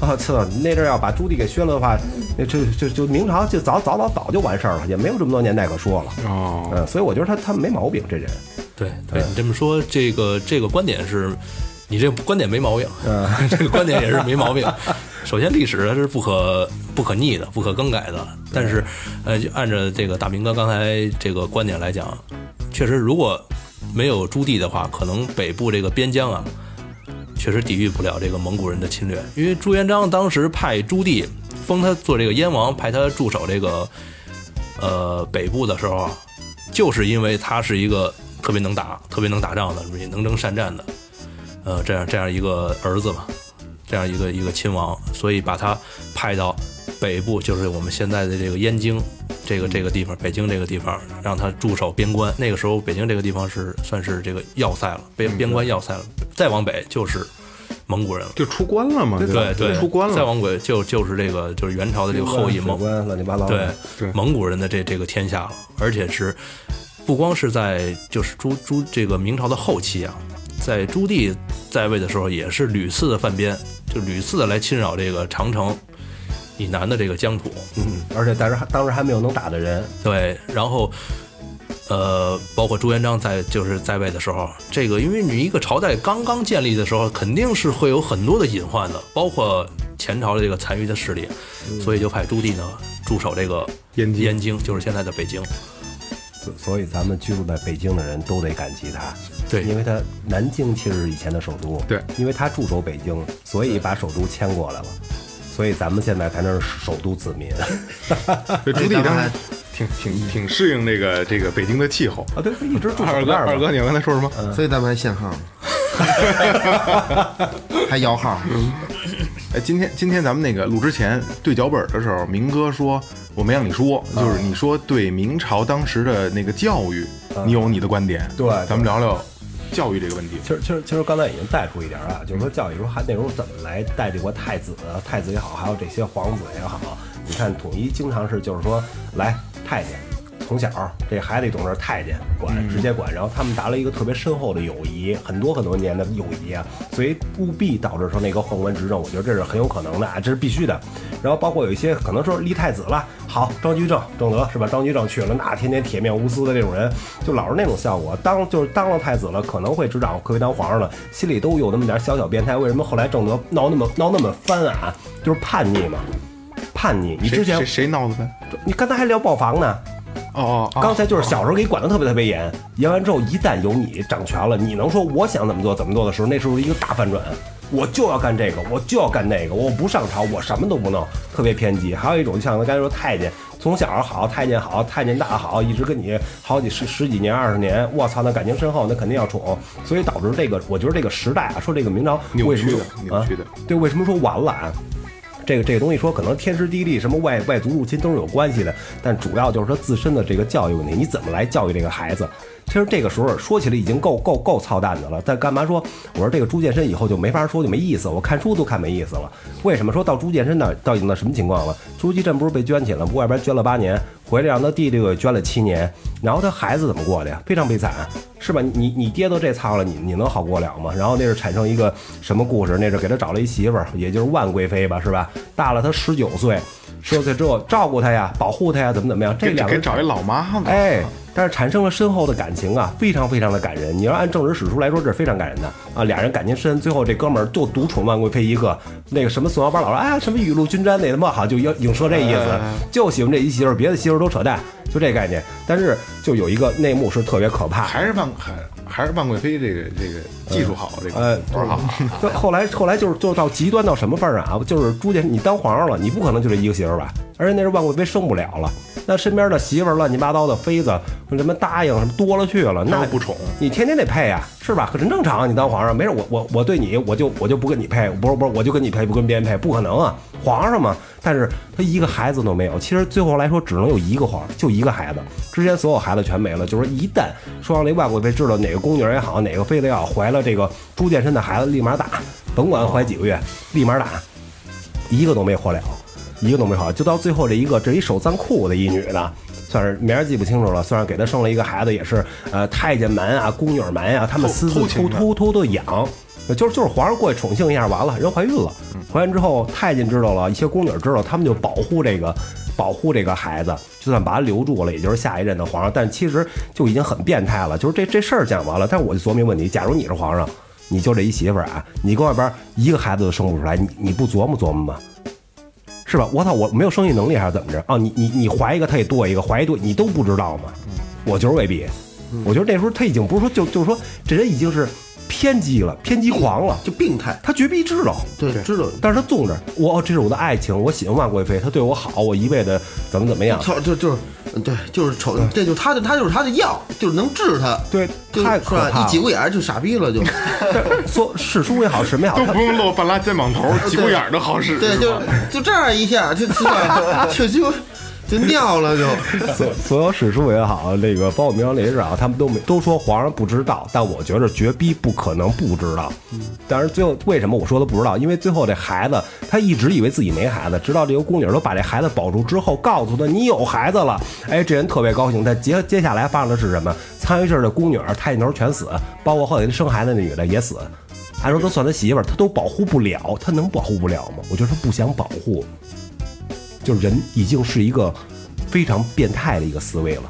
我 [LAUGHS] 操，那阵儿要把朱棣给削了的话，那这就就明朝就早早早早就完事儿了，也没有这么多年代可说了。哦，嗯，所以我觉得他他没毛病，这人。对对，你这么说，这个这个观点是，你这个观点没毛病， [LAUGHS] 这个观点也是没毛病。首先，历史它是不可不可逆的、不可更改的。但是，呃，就按照这个大明哥刚才这个观点来讲，确实如果没有朱棣的话，可能北部这个边疆啊，确实抵御不了这个蒙古人的侵略。因为朱元璋当时派朱棣封他做这个燕王，派他驻守这个呃北部的时候啊，就是因为他是一个特别能打、特别能打仗的，也能征善战的，呃，这样这样一个儿子嘛，这样一个一个亲王，所以把他派到北部，就是我们现在的这个燕京这个这个地方，北京这个地方，让他驻守边关。那个时候，北京这个地方是算是这个要塞了，边边关要塞了。再往北就是蒙古人了。就出关了嘛，吧对对，出关再了，往北就就是这个就是元朝的这个后裔蒙官乱七八糟的。对对蒙古人的这这个天下了，而且是不光是在就是朱朱这个明朝的后期啊，在朱棣在位的时候，也是屡次的犯边，就屡次的来侵扰这个长城以南的这个疆土。嗯，而且但是当时还没有能打的人，对，然后呃，包括朱元璋在就是在位的时候，这个因为你一个朝代刚刚建立的时候，肯定是会有很多的隐患的，包括前朝的这个残余的势力，所以就派朱棣呢驻守这个燕京燕京，就是现在的北京。所所以咱们居住在北京的人都得感激他。对因为他南京其实是以前的首都，对因为他驻守北京，所以把首都迁过来了，所以咱们现在才能是首都子 [LAUGHS] 民这朱棣当咱们时挺挺挺适应这个这个北京的气候。啊。对，他一直驻二守哥，那儿二嘛。哥，你刚才说什么？所以咱们还限号，还摇号，哎，今天今天咱们那个录之前对脚本的时候，明哥说我没让你说，就是你说对明朝当时的那个教育，你有你的观点。对对咱们聊聊教育这个问题。其实，其实，其实刚才已经带出一点儿啊，就是说教育说还那时候怎么来带这国太子，太子也好，还有这些皇子也好，你看统一经常是就是说来太监，从小这孩子懂事，太监管直接管，然后他们达了一个特别深厚的友谊，很多很多年的友谊啊，所以不必导致说那个宦官执政，我觉得这是很有可能的啊，这是必须的。然后包括有一些可能说立太子了，好，张居正、正德是吧？张居正去了，那天天铁面无私的这种人，就老是那种效果。当就是当了太子了，可能会执掌，可以当皇上了，心里都有那么点小小变态。为什么后来正德闹那么闹那么翻啊？就是叛逆嘛，叛逆。你谁之前谁谁闹的翻？你刚才还聊报房呢，哦哦哦，刚才就是小时候给你管得特别特别严，严完之后一旦有你掌权了，你能说我想怎么做怎么做的时候，那时候一个大反转，我就要干这个，我就要干那个，我不上朝，我什么都不弄，特别偏激。还有一种就像刚才说太监，从小好，太监好，太监大好，一直跟你好几十十几年二十年，我操，那感情深厚，那肯定要宠，所以导致这个，我觉得这个时代啊，说这个明朝扭为什曲么的啊扭曲的对，为什么说完了啊？这个这个东西说可能天时地利什么外外族入侵都是有关系的，但主要就是他自身的这个教育问题，你怎么来教育这个孩子？其实这个时候说起来已经够够够操蛋的了，但干嘛说？我说这个朱见深以后就没法说，就没意思。我看书都看没意思了。为什么说到朱见深那儿到底那什么情况了？朱祁镇不是被捐起来吗？外边捐了八年，回来让他弟弟给捐了七年，然后他孩子怎么过的呀？非常悲惨，是吧？你你爹都这操了，你你能好过了吗？然后那是产生一个什么故事？那是给他找了一媳妇儿，也就是万贵妃吧，是吧？大了他十九岁，十九岁之后照顾他呀，保护他呀，怎么怎么样？这给两个给找一老妈子。哎，但是产生了深厚的感情啊，非常非常的感人。你要按正史史书来说，这是非常感人的啊。俩人感情深，最后这哥们儿就独宠万贵妃一个。那个什么宋小宝老说，哎呀，什么雨露均沾，那他妈好，就要影射这意思，就喜欢这一媳妇儿，别的媳妇儿都扯淡，就这概念。但是就有一个内幕是特别可怕的，还是万还还是万贵妃这个这个技术好，这呃个玩好， [LAUGHS] 对，后来后来就是就到极端到什么份儿上啊？就是朱见你当皇上了，你不可能就这一个媳妇儿吧？而且那是万贵妃生不了了，那身边的媳妇儿乱七八糟的妃子什么答应什么多了去了，那都不宠你天天得配呀、是吧？可很正常啊，你当皇上没事，我我我对你我就我就不跟你配，不是不是，我就跟你配，不跟别人配，不可能啊，皇上嘛。但是他一个孩子都没有，其实最后来说只能有一个皇，就一个孩子，之前所有孩子全没了。就是说一旦双阳那万贵妃知道哪个宫女儿也好，哪个妃子也好，怀了这个朱见深的孩子，立马打，甭管怀几个月，立马打。一个都没活了，一个都没活了，就到最后这一个，这一守脏裤的一女的，算是名儿记不清楚了，算是给她生了一个孩子，也是呃太监门啊、宫女门啊，他们私自偷情偷的偷偷的养，就是就是皇上过去宠幸一下，完了人怀孕了，怀孕之后太监知道了，一些宫女知道，他们就保护这个。保护这个孩子，就算把他留住了，也就是下一任的皇上。但其实就已经很变态了，就是这这事儿讲完了。但我就琢磨一问题：假如你是皇上，你就这一媳妇儿啊，你跟外边一个孩子都生不出来，你你不琢磨琢磨吗？是吧？我操，我没有生育能力还是怎么着？啊，你你你怀一个他也剁一个，怀一剁你都不知道吗？我觉得未必，我觉得那时候他已经不是说就就是说这人已经是偏激了，偏激狂了，就病态，他绝壁知道。对，知道。但是他纵着我，哦这是我的爱情，我喜欢万贵妃，她对我好，我一味的怎么怎 [LAUGHS] 么样，操，就就是，对，就是瞅，这就是他的，他就是他的药，就是能治他。对就，是太是可怕吧？了一。挤过眼儿就傻逼了，就说史书也好，什么也好，都他不用露半拉肩膀头，挤过眼儿的好使，对，是吧就就这样一下，就起码就就就尿了，就所所有史书也好，那个包括明阳烈士啊，他们都没都说皇上不知道，但我觉着绝逼不可能不知道。但是最后为什么我说他不知道？因为最后这孩子他一直以为自己没孩子，直到这个宫女儿都把这孩子保住之后，告诉他你有孩子了，哎，这人特别高兴。但接接下来发生的是什么？参与事儿的宫女儿、太监头全死，包括后来生孩子那女的也死。按说都算他媳妇儿，他都保护不了，他能保护不了吗？我觉得他不想保护。就是人已经是一个非常变态的一个思维了。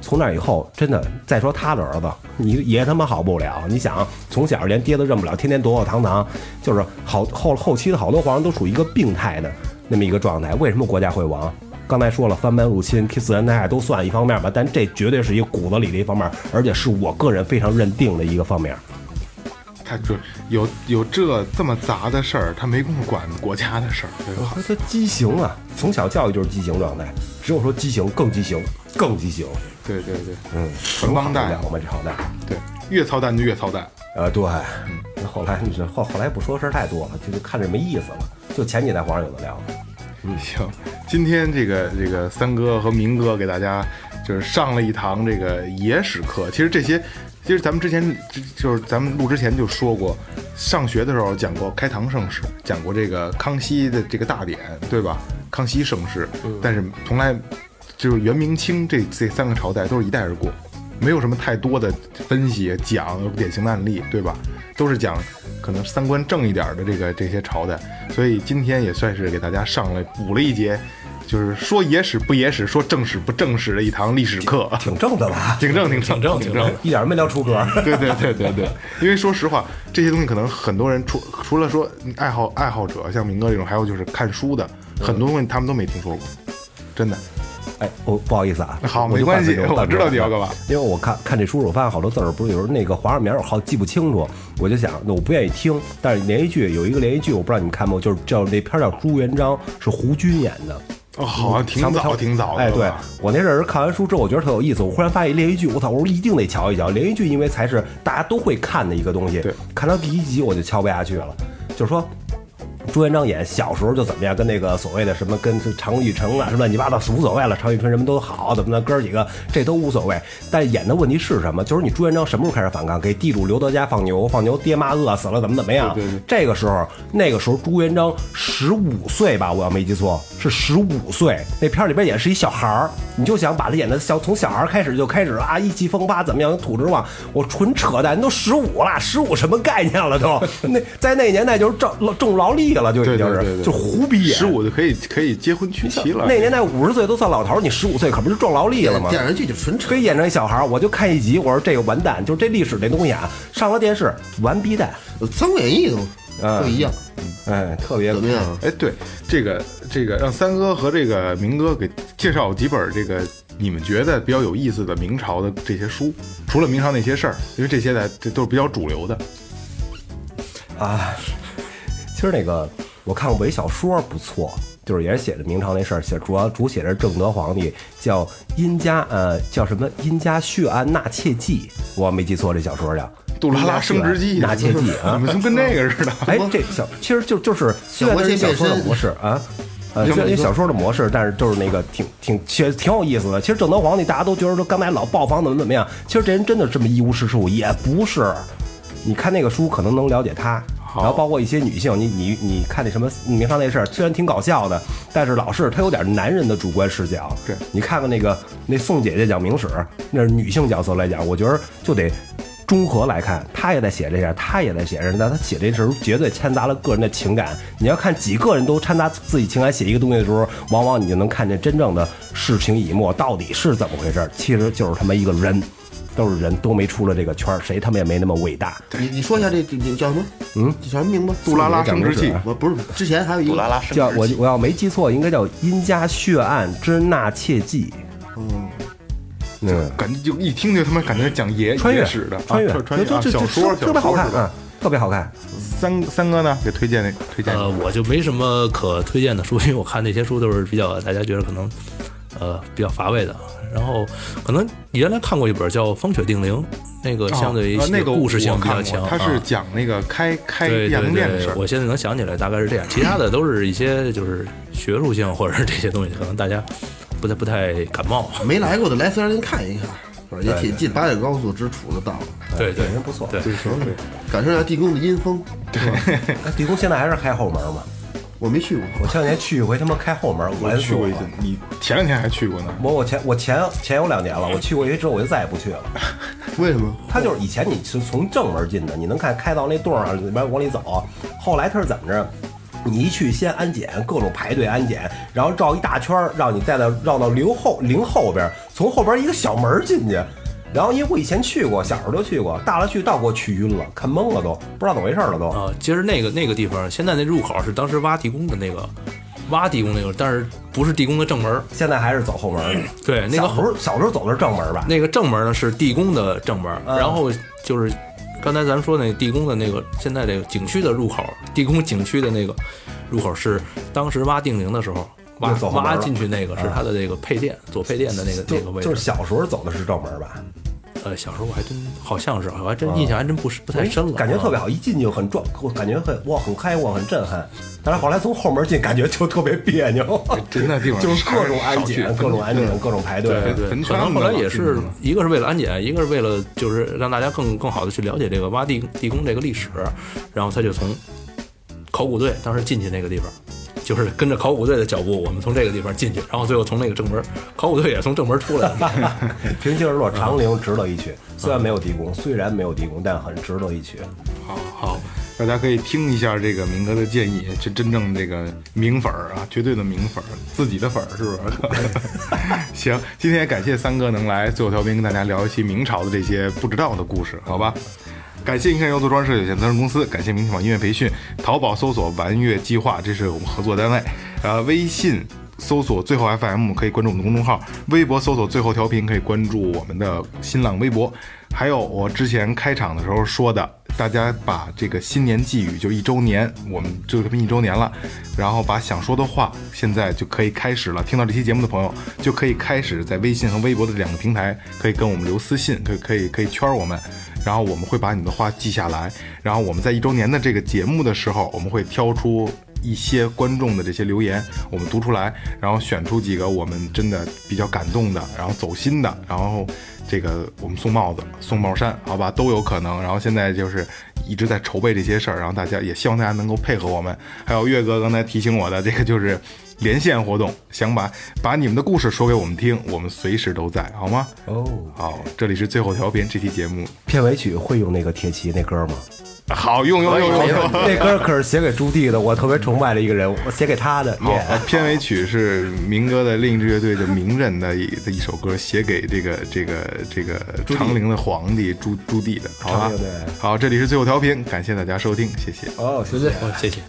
从那以后，真的再说他的儿子，你爷他妈好不了。你想，从小连爹都认不了，天天躲躲藏藏，就是好后后期的好多皇上都属于一个病态的那么一个状态。为什么国家会亡？刚才说了，翻班入侵、K 自然灾害都算一方面吧，但这绝对是一个骨子里的一方面，而且是我个人非常认定的一个方面。他就有有这这么杂的事儿，他没工夫管国家的事儿，对吧？我说他畸形啊，从小教育就是畸形状态，只有说畸形更畸形，更畸形，对对对，嗯，纯帮带我们这朝代。对，越操蛋就越操蛋。呃，对，那后来你这后后来不说事儿太多了，就是看着没意思了。就前几代皇上有的聊，行，今天这个这个三哥和明哥给大家就是上了一堂这个野史课。其实这些，其实咱们之前就就是咱们录之前就说过，上学的时候讲过开唐盛世，讲过这个康熙的这个大典，对吧？康熙盛世，但是从来就是元明清这这三个朝代都是一带而过，没有什么太多的分析讲典型的案例，对吧？都是讲可能三观正一点的这个这些朝代，所以今天也算是给大家上了补了一节，就是说野史不野史，说正史不正史的一堂历史 [LAUGHS] 课，挺正的吧？挺正挺挺正挺挺正正的。一点儿 [LAUGHS] 没聊出格。对对对对对，因为说实话，这些东西可能很多人除除了说爱好爱好者，像明哥这种，还有就是看书的，很多东西他们都没听说过，真的。哎，我不好意思啊，好我就没关系半分钟啊我知道你要干嘛。因为我看看这书，我发现好多字儿不是有时候那个皇上名儿我好记不清楚，我就想那我不愿意听。但是连续剧有一个连续剧，我不知道你们看没有，就是叫那片儿叫《朱元璋》，是胡军演的。哦，好像挺早挺早的了吧，哎，对我那阵儿看完书之后，我觉得特有意思。我忽然发现一连续剧，我操！我说一定得瞧一瞧连续剧，因为才是大家都会看的一个东西。对，看到第一集我就瞧不下去了，就是说。朱元璋演小时候就怎么样，跟那个所谓的什么跟常玉成啊什么乱七八糟是无所谓了，常玉成什么都好，怎么的哥儿几个这都无所谓。但演的问题是什么？就是你朱元璋什么时候开始反抗？给地主刘德家放牛，放牛爹妈饿死了，怎么怎么样？对对对这个时候，那个时候朱元璋十五岁吧，我要没记错是十五岁。那片儿里边演是一小孩儿，你就想把他演的小，从小孩儿开始就开始啊，意气风发，怎么样，土直旺，我纯扯淡，都十五了，十五什么概念了都？那在那年代就是正正劳力了，了，就已经对对是对对就胡逼演十。五就可以可以结婚娶妻了。那年代五十岁都算老头儿，你十五岁可不是壮劳力了吗？电视剧就纯扯非，演成一小孩儿，我就看一集，我说这个完蛋，就是这历史这东西啊，上了电视完逼蛋， 《三国演义》嗯都不一样，哎，特别怎么样？哎，对，这个这个让三哥和这个明哥给介绍几本这个你们觉得比较有意思的明朝的这些书，除了明朝那些事儿，因为这些在这都是比较主流的。啊。其实那个我看过一小说不错，就是也是写的明朝那事儿，写主要主写的是正德皇帝，叫殷家呃叫什么殷家血案纳妾记，我没记错这小说叫。杜拉拉升职记，纳 [LAUGHS] 妾记啊你们就跟那个似的。哎，这小其实就就是虽然这是小说的模式啊，呃，虽然是小说的模式，但是就是那个挺挺其实挺有意思的。其实正德皇帝大家都觉得说刚才老爆房怎么怎么样，其实这人真的这么一无是处也不是。你看那个书可能能了解他，然后包括一些女性，你你你看那什么明朝那事儿，虽然挺搞笑的，但是老是他有点男人的主观视角。对你看看那个那宋姐姐讲明史，那是女性角色来讲，我觉得就得综合来看，她也在写这样，她也在写这样，但她写这时候绝对掺杂了个人的情感。你要看几个人都掺杂自己情感写一个东西的时候，往往你就能看见真正的事情已末，到底是怎么回事儿。其实就是他妈一个人，都是人都没出了这个圈儿，谁他妈也没那么伟大。你你说一下这这这叫什么？嗯，叫什么名字？杜拉拉升职记，我不是之前还有一杜拉个，拉升叫职我记我要没记错，应该叫《殷家血案之纳妾记》。嗯，感觉就一听就他妈感觉讲野穿越野史的，啊穿越，穿越这啊这这小说，特别小好说看是吧啊，特别好看。三三哥呢，给推荐那推荐一呃，个我就没什么可推荐的书，因为我看那些书都是比较大家觉得可能呃比较乏味的。然后可能你原来看过一本叫《风雪定陵》，那个相对于啊那个故事性我比较看强过，，他是啊讲那个开开对亚对农店的事对儿，。我现在能想起来大概是这样，其他的都是一些就是学术性或者是这些东西，可能大家不太不太感冒。没来过的来四 S 店看一看，反正也挺近，八九高速直处就到了。对对，人不错。对，感受一下地宫的阴风，哎地宫现在还是开后门吗？我没去过。我前两年去一回，他妈开后门，我我去过一次，你前两天还去过呢。我我前我前前有两年了，我去过一回之后我就再也不去 [LAUGHS] 了。为什么？他就是以前你是从正门进的，你能看开到那洞上，里边往里走。后来他是怎么着？你一去先安检，各种排队安检，然后绕一大圈儿，让你带到绕到零后零后边儿，从后边儿一个小门儿进去。然后因为我以前去过，小时候就去过，大了去到给我去晕了，看懵了都，不知道怎么回事儿了都。啊，其实那个那个地方，现在那入口是当时挖地宫的那个挖地宫那个，但是不是地宫的正门儿。现在还是走后门儿。对，那小个时候小时候走的是正门儿吧？那个正门呢是地宫的正门，嗯然后就是刚才咱们说那地宫的那个现在这个景区的入口，地宫景区的那个入口是当时挖定陵的时候挖又走后门挖了进去那个是它的那个配电左配电的那个那个就位就是置。小时候走的是正门儿吧？呃，小时候我还真好像是，我还真印象还真不是不太深了，嗯哎嗯感觉特别好。好，一进去就很壮，我感觉很哇很开哇很震撼。但是后来从后门进，感觉就特别别扭，真的地方就是各种安少去检、各种安检、各种排队。对坟对，可圈能子后嘛来也进是去嘛一个是为了安检，一个是为了就是让大家更更好的去了解这个挖地地宫这个历史，然后他就从考古队当时进去那个地方，就是跟着考古队的脚步，我们从这个地方进去，然后最后从那个正门，考古队也从正门出来了。平心而论，长陵值得一去，虽然没有地宫，虽然没有地宫，但很值得一去。好好，大家可以听一下这个明哥的建议，是真正这个明粉儿啊，绝对的明粉儿，自己的粉儿是不是？ [LAUGHS] 行，今天也感谢三哥能来最后调频跟大家聊一期明朝的这些不知道的故事，好吧？感谢银山油涂装饰有限责任公司，感谢明天网音乐培训，淘宝搜索“玩乐计划”，这是我们合作单位。呃，微信搜索“最后 FM” 可以关注我们的公众号，微博搜索“最后调频”可以关注我们的新浪微博。还有我之前开场的时候说的，大家把这个新年寄语，就一周年，我们就这么一周年了，然后把想说的话，现在就可以开始了。听到这期节目的朋友，就可以开始在微信和微博的两个平台，可以跟我们留私信，可以可以可以圈我们。然后我们会把你的话记下来，然后我们在一周年的这个节目的时候，我们会挑出一些观众的这些留言，我们读出来，然后选出几个我们真的比较感动的，然后走心的，然后这个我们送帽子、送帽衫，好吧，都有可能。然后现在就是一直在筹备这些事儿，然后大家也希望大家能够配合我们。还有岳哥刚才提醒我的，这个就是连线活动，想把把你们的故事说给我们听，我们随时都在，好吗？哦，好，这里是最后调频，这期节目片尾曲会用那个铁骑那歌吗？好用用用用没问用。题这歌可是写给朱棣的，我特别崇拜的一个人，我写给他的。好耶，片尾曲是民歌的另一支乐队的《名人》的一的一首歌，写给这个这个这个长陵的皇帝朱朱棣的，好吧长陵对？好，这里是最后调频，感谢大家收听，谢谢。哦，谢谢。 [LAUGHS] 哦，谢谢。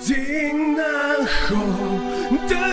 今南后的